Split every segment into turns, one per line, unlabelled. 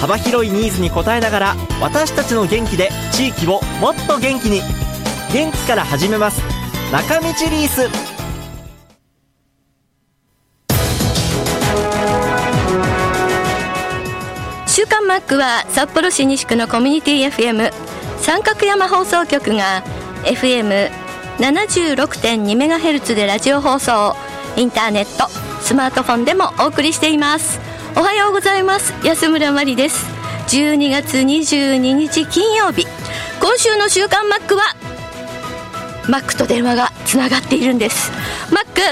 幅広いニーズに応えながら私たちの元気で地域をもっと元気に元気から始めます中道リース
週刊マックは札幌市西区のコミュニティ FM 三角山放送局が FM76.2MHz でラジオ放送インターネットスマートフォンでもお送りしていますおはようございます安村真理です12月22日金曜日今週の週刊マックはマックと電話がつながっているんですマック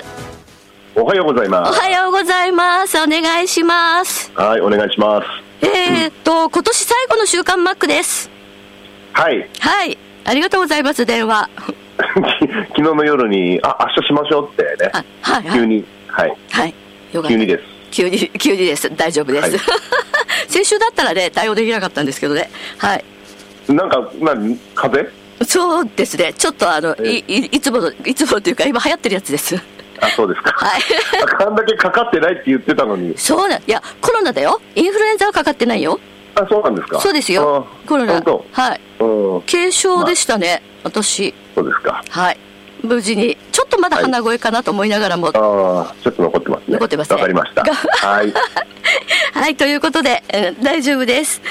おはようございま
お
す。
はようございますお願いします
はい、お願いします。
えー、っと今年最後の週刊マックです
はい、
はいありがとうございます電話
昨日の夜に、あ、明日しましょうってね
あ、はいはい
急に、はい、
はいよかった
急にです。
急に急にです大丈夫です、
はい
先週だったらね対応できなかったんですけどねはい
なんか、なん、風邪
そうですねちょっとあのいいいつものいつものというか今流行ってるやつです
あ、そうですか。
はい
ああんだけかかってないって言ってたのに。
そうなんいやコロナだよインフルエンザはかかってないよ
あ、そうなんですか。
そうですよ
あ
コロナ
本当。
はい
うん、
軽症でしたね、私
そうですか。
はい無事にちょっとまだ鼻声かなと思いながらも、
ああ、ちょっと残ってますね。
残ってますね
わかりま した。
が
はい。
はい、ということで、えー大丈夫です。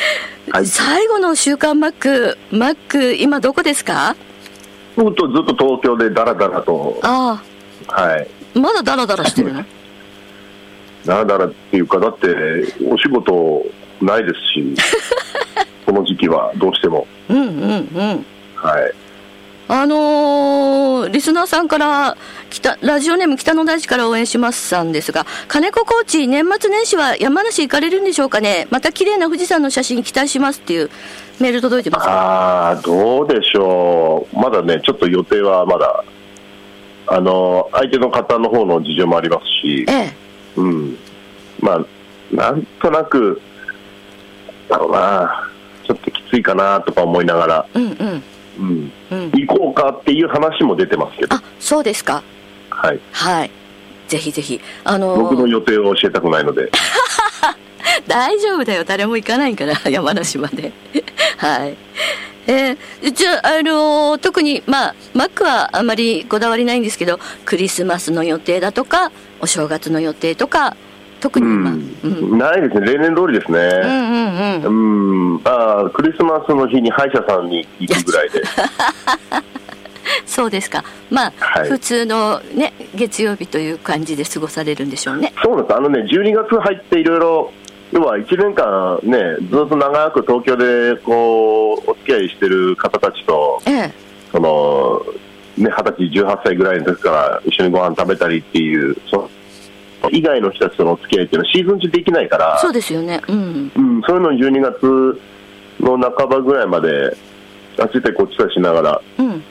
はい
最後の週刊マック、マック、今どこですか
僕とずっと東京でダラダラと、
あ
はい。
あ、まだダラダラしてるの
ダラダラっていうか、だって、お仕事ないです し、この時期はどうしても。
うんうんうん。
はい。
あのーリスナーさんから、北ラジオネーム北の大地から応援しますさんですが、金子コーチ、年末年始は山梨行かれるんでしょうかねまた綺麗な富士山の写真期待しますっていうメール届いてます。
ああ、どうでしょう、まだね、ちょっと予定はまだ、あの相手の方の方の事情もありますし
え、え。
うん、まあ、なんとなく、だろうな、ちょっときついかなとか思いながら、
うんうん。
うん、
うん。
行こうかっていう話も出てますけど、
あ、そうですか。
はい、
はい。ぜひぜひ。あのー
僕の予定を教えたくないので、
大丈夫だよ誰も行かないから 山梨まではいえーじゃあ、あのー特にまあマックはあまりこだわりないんですけどクリスマスの予定だとかお正月の予定とか特
う
に今、
ん
うん、うん、
ないですね、例年通りです
うん
ね。
うん
うんあークリスマスの日に歯医者さんに行くぐらいで、
そうですかまあ、
はい
普通のね月曜日という感じで過ごされるんでしょうね
そうなんですあのね、12月入っていろいろ、要は1年間ね、ずっと長く東京でこうお付き合いしてる方たちと、
ええ
そのね、20歳、18歳ぐらいの時から一緒にご飯食べたりっていう、その以外の人たちとのお付き合いっていうのはシーズン中できないから、
そうですよねうん
うん、そういうのを12月の半ばぐらいまで、あっちでこっちでしながら
うん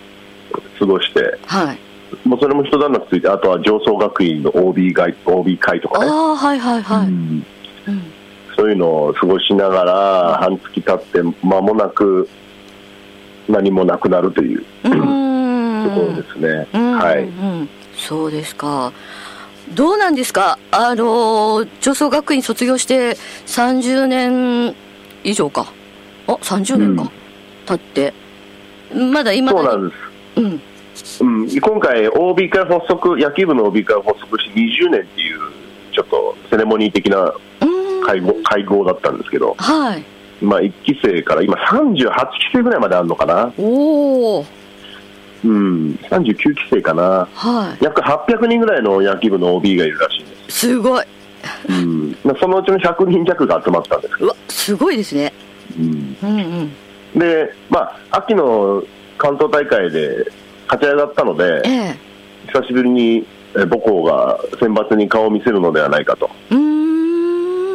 過ごして、
はい
もうそれも一段落ついて、あとは上層学院の OB 会 OB 会と
あ
かね。
あはいはいはい、
うん
うん
そういうのを過ごしながら、半月経って、間もなく何もなくなるという
うーん
ところですね。
うん
は
う
い、
んうんそうですか。どうなんですか。あのー女装学院卒業して30年以上か。あ、30年か。経ってまだ今
そうな
だに
んで
うん。
す、うん、今回、OB 会発足、野球部の OB 会発足して20年っていう、ちょっとセレモニー的な
うん。
会合会合だったんですけど、
はい。
まあ、1期生から今、38期生ぐらいまであるのかな、
おお。
うん、39期生かな、
は
約800人ぐらいの野球部の OB がいるらしいんです、
い。すごい。
うんまあ、そのうちの100人弱が集まったんですけ
う
ど。
わ、すごいですね。
うん
うんうん。
で、まあ、秋の関東大会で勝ち上がったの
え
で、
え
久しぶりにえ母校が選抜に顔を見せるのではないかと
うーん。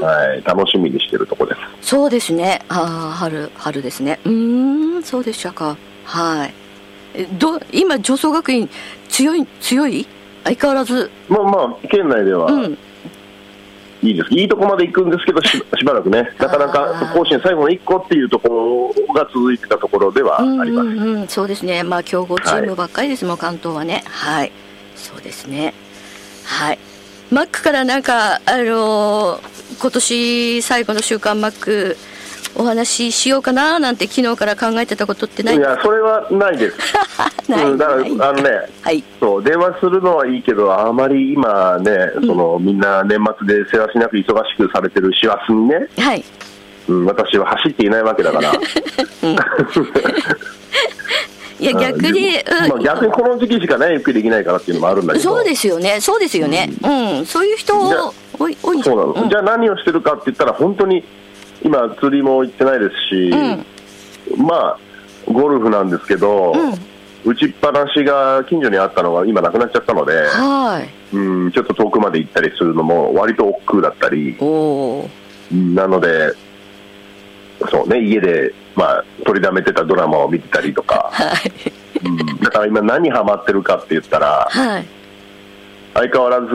はい、楽しみにしてるとこです。
そうですね。ああ、春、春ですね。うーん、そうでしたか。はい。えど、今、上層学院、強い、強い相変わらず。
まあまあ、県内では
うん。
いいです、いいとこまで行くんですけど、ししばらくね、なかなか甲子園最後の1個っていうところが続いてたところではあ
うん
ります。
うんうん、そうですね、まあ、強豪チームばっかりですもん、関東はね、はい、そうですね、はい、マックからなんか、あのー今年最後の週刊マック、お話ししようかななんて、昨日から考えてたことってない
い
です
や、それはないです。
か、 ない
うん、だから、
ない
あのね、
はい、
そう、電話するのはいいけど、あまり今ね、その、みんな年末で世話しなく忙しくされてる師走にね、
はい、
うん、私は走っていないわけだから、
いや、 逆に、
うんまあ、逆にこの時期しかね、ゆっくりできないからっていうのもあるんだけど、
そうですよね、そうですよね、うん、そういう人
じゃあ
を、多い、多いんじゃ
そう
ない
なの、
うん
じゃあ何をしてるかって言ったら、本当に今、釣りも行ってないですし、まあ、ゴルフなんですけど、打ちっぱなしが近所にあったのが今、なくなっちゃったので、
はい、
うん、ちょっと遠くまで行ったりするのも、割と億劫だったり、
おおー、
うんなので、そうね、家で、まあ、取りだめてたドラマを見てたりとか、
はい、
うんだから今、何ハマってるかって言ったら、
はい、
相変わらず、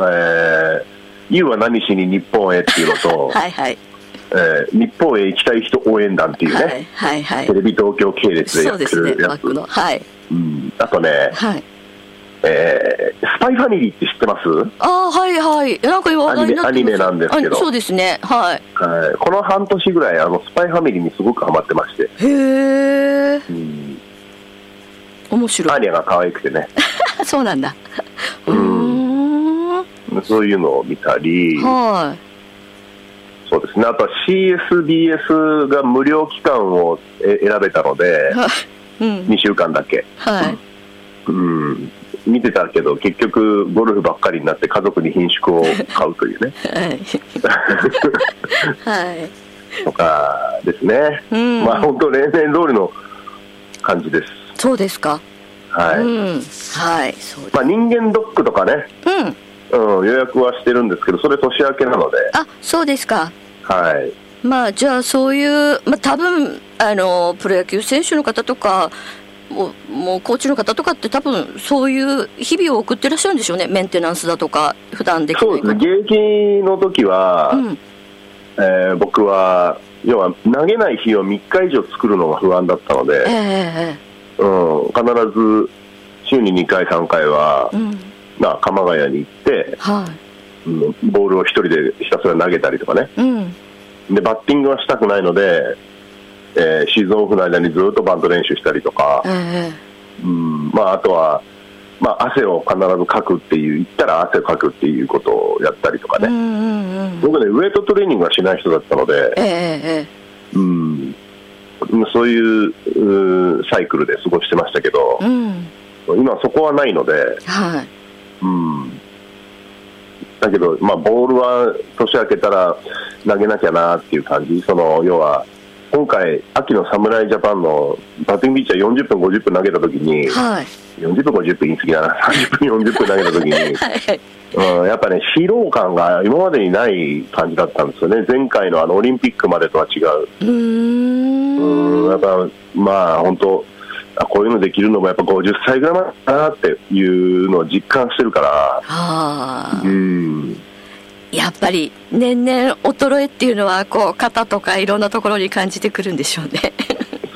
えー、You は何しに日本へっていうのと、
はい、はい、
えー日本へ行きたい人応援団っていうね、
はい、はい、はい
テ、レビ東京系列で
そ
や
う
って
ですね
る、
マ
や
ッ
つ、
クの、はい、
うん、あとね、
はい。
えースパイファミリーって知ってます、
ああーはいはいなんか今話題になってます
アニメアニメなんですけど
あそうですねはい
はいこの半年ぐらいあのスパイファミリーにすごくハマってまして、
へえ
うん、
面白
ア
い
ーニャが可愛くてね
そうなんだう
う
ー
ん
ん
そういうのを見たり
は
そうですねあとは CSBS が無料期間をえ選べたので
いはいうん
2週間だけ
はい
うん、見てたけど結局ゴルフばっかりになって家族に品種を買う というね
はいはい
とかですね、
うん
まあ本当例年通りの感じです
そうですか
はい、
うんはいそうで
まあ、人間ドックとかね、
うん
うん、予約はしてるんですけどそれ年明けなので
あそうですか
はい
まあじゃあそういうまあ多分あのプロ野球選手の方とかもうもうコーチの方とかって多分そういう日々を送ってらっしゃるんでしょうねメンテナンスだとか普段でき
そ
な
う
い
です
こ
ね
と
現役の時は、
うん
えー僕は要は投げない日を3日以上作るのが不安だったの
ええ
で、
え
うん、必ず週に2回3回は
え、うん
まあ、鎌ヶ谷に行って
は
うんボールを一人でひたすら投げたりとかね、
い。うん。
でバッティングはしたくないので、えーシーズンオフの間にずっとバント練習したりとか、
え
うんまあ、あとは、まあ、汗を必ずかくっていう、言ったら汗をかくっていうことをやったりとか
えう
ね、
んうんうん。
僕ね、ウェイトトレーニングはしない人だったので、
ええ
うん、そういううーサイクルで過ごしてましたけど
ええ。、うん。
今はそこはないので、
はい。
うん、だけど、まあ、ボールは年明けたら投げなきゃなっていう感じ、その要は今回、秋の侍ジャパンのバッティングピッチャー40分、50分投げたときに、
はい。
40分、50分言い過ぎだな、30分、40分投げたと きに、
はい。
うん、やっぱね、疲労感が今までにない感じだったんですよね、前回のあのオリンピックまでとは違う。
うーん。
うんやっぱまあ本当あこういうのできるのもやっぱ50歳ぐらいまでだなっていうのを実感してるから、
ああ。
うん、
やっぱり年々衰えっていうのはこう肩とかいろんなところに感じてくるんでしょうね。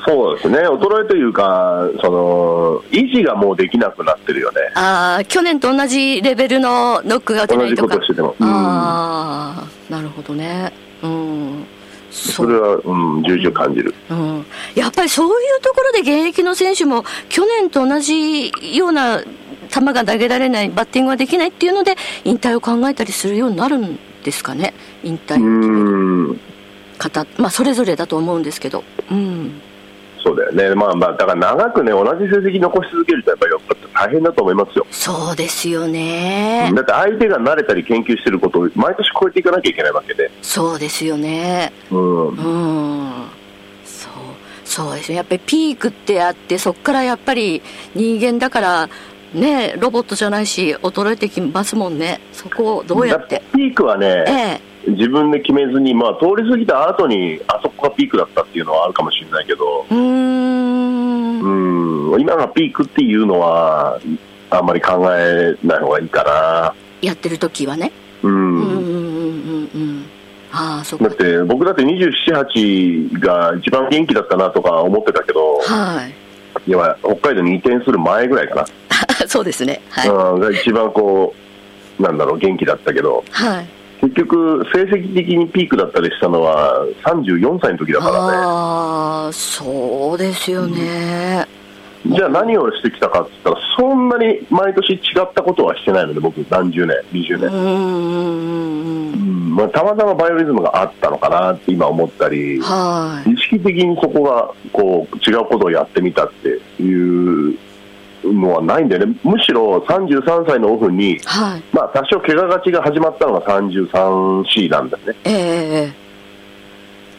そうですね、衰えというか、その維持がもうできなくなってるよね、
ああ、去年と同じレベルのノックが打てな
同
い
じ
と
こ
か
と。してても、うん、
ああ、なるほどね。うん。
それは、うん、重々感じる、
うん、やっぱりそういうところで現役の選手も去年と同じような球が投げられないバッティングができないっていうので引退を考えたりするようになるんですかね引
う
退
ん、
方、まあ、それぞれだと思うんですけど、うん、
そうだよね、まあまあ、だから長くね、同じ成績残し続けると、やっぱりやっぱ大変だと思いますよ、
そうですよね、
だって相手が慣れたり研究してることを毎年超えていかなきゃいけないわけで、
そうですよね
うん、
うんそうそうですねやっぱりピークってあってそこからやっぱり人間だからねロボットじゃないし衰えてきますもんねそこをどうやって
だピークはね、
ええ
自分で決めずに、まあ、通り過ぎた後にあそこがピークだったっていうのはあるかもしれないけど、
うーん
うん、今がピークっていうのは、あんまり考えない方がいいかな。
やってる時はね
う
うんんうんうんうんうんああそっ
だ
か
って僕だって27、8が一番元気だったなとか思ってたけど、
はい
いや北海道に移転する前ぐらいかな、
そうですねはい、
うん、が一番こう、なんだろう、元気だったけど、
はい
結局、成績的にピークだったりしたのは、34歳の時だからね、
ああそうですよね、
じゃあ何をしてきたかって言ったら、そんなに毎年違ったことはしてないので、僕、何十年、20
うん、
年、
うんうん
うんまあ、たまたまバイオリズムがあったのかなって今思ったり。
はい
意識的にそこがこう違うことをやってみたっていうのはないんだよね、むしろ33歳のオフに、
はい
まあ、多少怪我がちが始まったのが 33C なんだよね、
えええ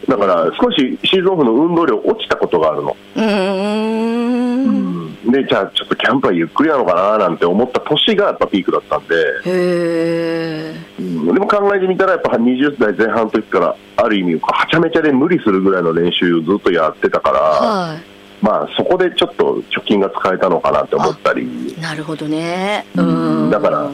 え
だから少しシーズンオフの運動量落ちたことがあるの、
うーん
でじゃあちょっとキャンプはゆっくりなのかななんて思った年がやっぱピークだったんで、
へえ
うんでも考えてみたら、やっぱ20代前半の時から、ある意味、はちゃめちゃで無理するぐらいの練習をずっとやってたから。
は
まあ、そこでちょっと貯金が使えたのかなって思ったり、
いなるほどねうん
だから、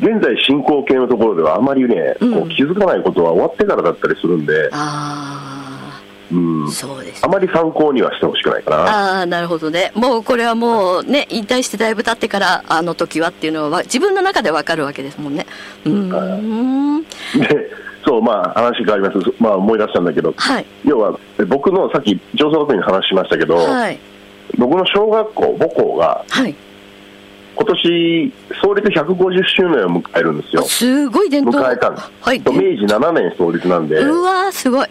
現在進行形のところではあまりね、
うん
こう気づかないことは終わってからだったりするんで、
あ
うん
あ、そうです
あまり参考にはしてほしくないかな。
ああなるほどねもうこれはもうね引退してだいぶ経ってからあの時はっていうのは自分の中でわかるわけですもんねうーん
で、そう、まあ、話変わります、そまあ、思い出したんだけど、
はい
要はえ僕のさっき、上層学院の話しましたけど、
はい
僕の小学校、母校が、
はい
今年創立150周年を迎えるんですよ。
すごい伝統
迎えたんです
はい
明治7年創立なんで、
うわーすごい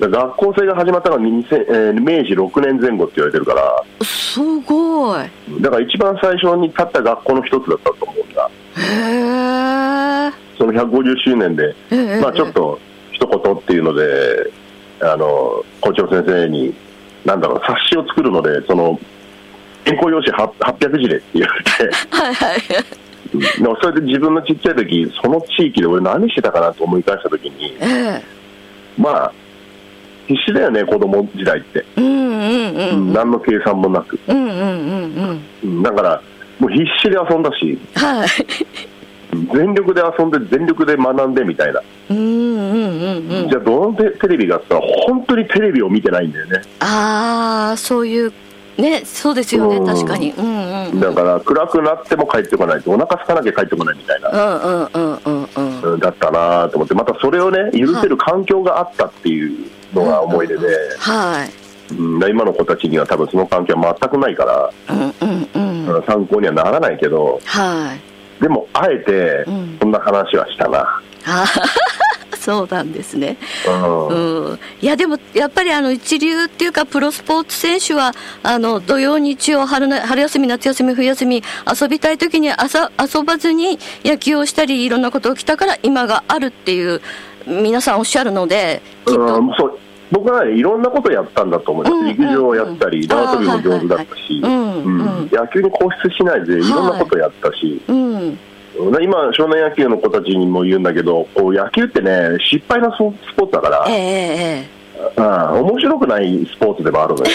学校制が始まったのが2000、えー明治6年前後って言われてるから、
すごいへ
だから一番最初に立った学校の一つだったと思うんだ、
え
その150周年で、
ええ
まあ、ちょっと一言っていうので、あの校長先生に、なんだろう、冊子を作るので、その原稿用紙は800字でって言われ
はいはい
て、でもそれで自分のちっちゃい時その地域で俺、何してたかなと思い返した時に、
え
まあ、必死だよね、子供時代って、
えうんうんうん
何の計算もなく、
うんうんうんうん
うんだから、もう必死で遊んだし、
はい
全力で遊んで、全力で学んでみたいな。
うんうんうんうん
じゃあどのテテレビがあったら本当にテレビを見てないんだよね、
ああそういうねそうですよね
うん
確かにうんうんうん
だから暗くなっても帰ってこないお腹空かなきゃ帰ってこないみたいな、
うんうんうんうんうん
うんだったなと思ってまたそれをね許せる環境があったっていうのが思い出で、
はい
うん今の子たちには多分その環境は全くないから、
うんうんうん
うん参考にはならないけど
はい
でもあえて
うん
そんな話はしたな、
あーそうなんですね
うん
うんいやでもやっぱりあの一流っていうかプロスポーツ選手はあの土曜日曜春な春休み夏休み冬休み遊びたい時に朝遊ばずに野球をしたりいろんなことをきたから今があるっていう皆さんおっしゃるのできっと
うんそう僕はねいろんなことやったんだと思うよ、
うんうんうん
陸上をやったり縄跳びも上手だったし、
あーはいはいはいうんうん
うん野球に固執しないでいろんなことやったし、
うん
今少年野球の子たちにも言うんだけどこう野球ってね失敗のスポスポーツだか
ええ
ら、
ええ
うん、面白くないスポーツでもあるの よ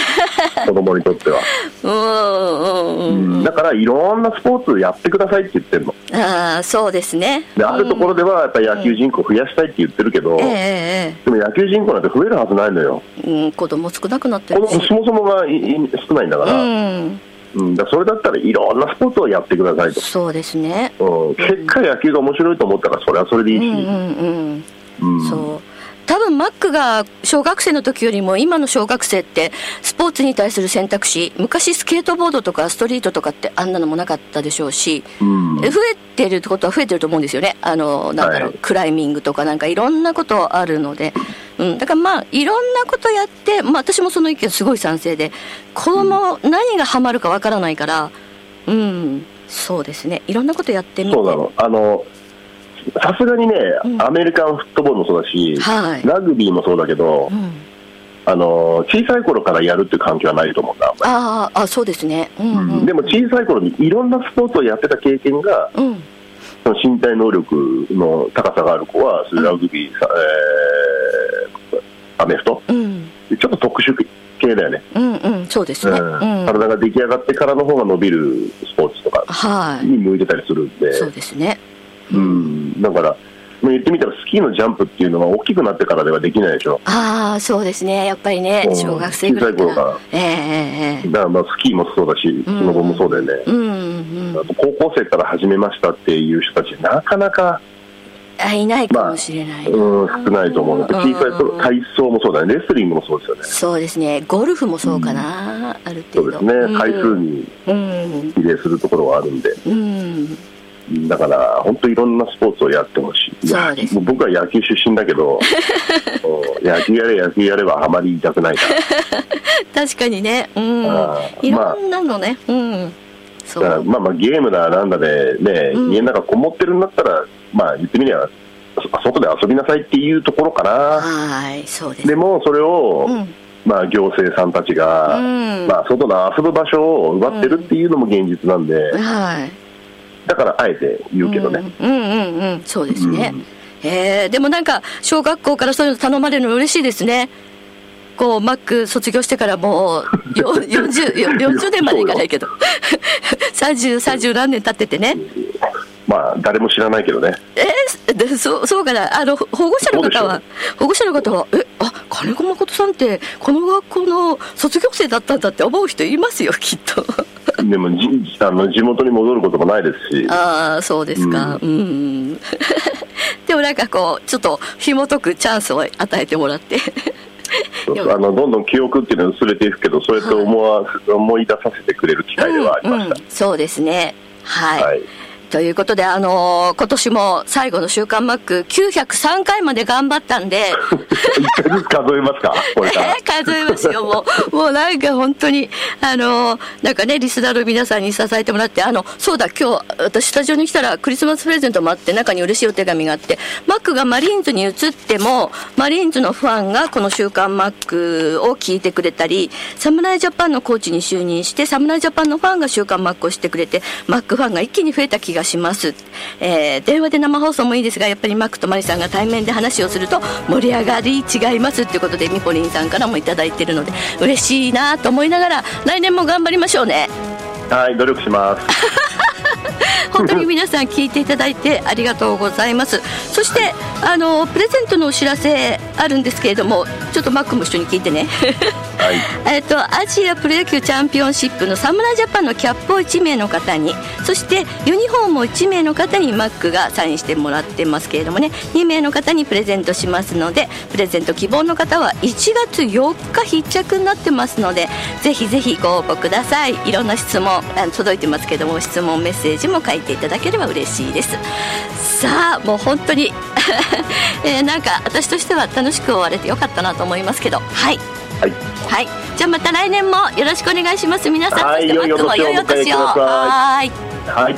子供にとっては、
うんうんうんうん
だからいろんなスポーツやってくださいって言ってるの
ああそうですね
であるところではやっぱり野球人口増やしたいって言ってるけど、
えええ
でも野球人口なんて増えるはずないのよ
えうん、子供少なくなって
こ
る
の
し
そもそもがいい少ないんだか
う
ら,、うん
ん
だからそれだったらいろんなスポーツをやってくださいと、
そうですね
うん、結果野球が面白いと思ったらそれはそれでいい
うん
し、
うんうん
うん
そう多分マックが小学生の時よりも今の小学生ってスポーツに対する選択肢昔スケートボードとかストリートとかってあんなのもなかったでしょうし、
うん
え増えてるってことは増えてると思うんですよねあのなんだろう、
はい
クライミングとかなんかいろんなことあるので、うん、だからまあいろんなことやって、まあ、私もその意見すごい賛成で子供何がハマるかわからないからうんそうですねいろんなことやってみて
そうなの。あの、さすがにね、
うん
アメリカンフットボールもそうだし、
はい
ラグビーもそうだけど
う、ん
あの小さい頃からやるっていう環境はないと思うんだ、
あーあそうですねうんうん
でも小さい頃にいろんなスポーツをやってた経験が
うん
その身体能力の高さがある子はそれラグビー、さえーアメフト
うん
ちょっと特殊系だよね、
うんうんそうです
う
ね
ん
うん
体が出来上がってからの方が伸びるスポーツとか
はい
に向いてたりするんで、
そうですね
うん、だから、まあ言ってみたらスキーのジャンプっていうのは大きくなってからではできないでしょ
ああそうですねやっぱりね
うん
小学生ぐらいか
小さい頃から
なえええええ
だからまあスキーもそうだし、そ
ん
の後もそうだよね
え、うんうんうん
あと高校生から始めましたっていう人たち、なかなか、
あいないかもしれない、
うん、少ないと思うので、
うん
小さい頃体操もそうだね、レスリングもそうですよね、
そうですねゴルフもそうかな、ある
そ
程
う
度
ですね、回数に
うん
比例するところはあるんで、
うん
だから本当、いろんなスポーツをやってほしい、
そうです
もう僕は野球出身だ けど、うん野球やれ、野球やれはあまり言いたくないから。
確かにねうん
あー
いろんなのね、うんそ
だから
う
まあまあゲームだなんだで、ね
うん
家の中こもってるんだったら、まあ、言ってみればそ外で遊びなさいっていうところかな、
はいそうです
でもそれを、
うん
まあ、行政さんたちが、
うん
まあ、外の遊ぶ場所を奪ってるっていうのも現実なんで、
はい
だからあえて言うけどね、
うんうんうんうんそうですね、
う
えーでもなんか小学校からそういうの頼まれるの嬉しいですねこうマック卒業してからもうよ 40, よ40年までいかない けど 30, 30何年経っててね
まあ、誰も知らないけどね、
えーでそうそうかなあのほ保護者の方は
そ
保護者の方はえあ金子誠さんってこの学校の卒業生だったんだって思う人いますよきっと
でもじあの地元に戻ることもないですし、
ああそうですかうん、ん、 でもなんかこうちょっと紐解くチャンスを与えてもらって
そう
でも
あのどんどん記憶っていうのは薄れていくけど、そうやって思わ、思い出させてくれる機会ではありました。
うんうんそうですねはい、
はい
ということで、あのー今年も最後の週刊マック903回まで頑張ったんで、
一 回ずつ数えますか、これから。
数えますよ、も う。もうなんか本当に、あのーなんかね、リスナーの皆さんに支えてもらって、あの、そうだ、今日、私スタジオに来たらクリスマスプレゼントもあって、中に嬉しいお手紙があって、マックがマリーンズに移っても、マリーンズのファンがこの週刊マックを聞いてくれたり、侍ジャパンのコーチに就任して、侍ジャパンのファンが週刊マックをしてくれて、マックファンが一気に増えた気がします。えー電話で生放送もいいですが、やっぱりマックとマリさんが対面で話をすると盛り上がり違いますっていうことで、ミポリンさんからもいただいてるので、嬉しいなと思いながら、来年も頑張りましょうね。
はい、努力します。
本当に皆さん聞いていただいてありがとうございますそしてあのプレゼントのお知らせあるんですけれどもちょっとマックも一緒に聞いてね
はい。
えっとアジアプロ野球チャンピオンシップの侍ジャパンのキャップを1名の方にそしてユニフォームを1名の方にマックがサインしてもらってますけれどもね2名の方にプレゼントしますのでプレゼント希望の方は1月4日必着になってますのでぜひぜひご応募くださいいろんな質問あの届いてますけども質問メッセージも書いていただければ嬉しいですさあもう本当に、 えーなんか私としては楽しく終われてよかったなと思いますけどはい
はい。
はい、じゃあまた来年もよろしくお願いします。皆さん、
はい
そしてマックも
良いお年を
良いお
お迎えください
はーい。
はい。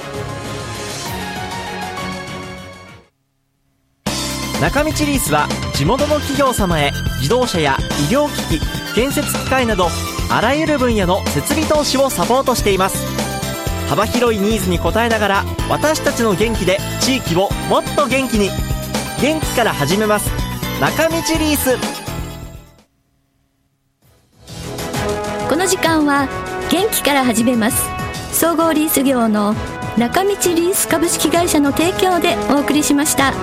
中道リースは地元の企業様へ自動車や医療機器建設機械などあらゆる分野の設備投資をサポートしています幅広いニーズに応えながら私たちの元気で地域をもっと元気に元気から始めます中道リース
この時間は元気から始めます総合リース業の中道リース株式会社の提供でお送りしました。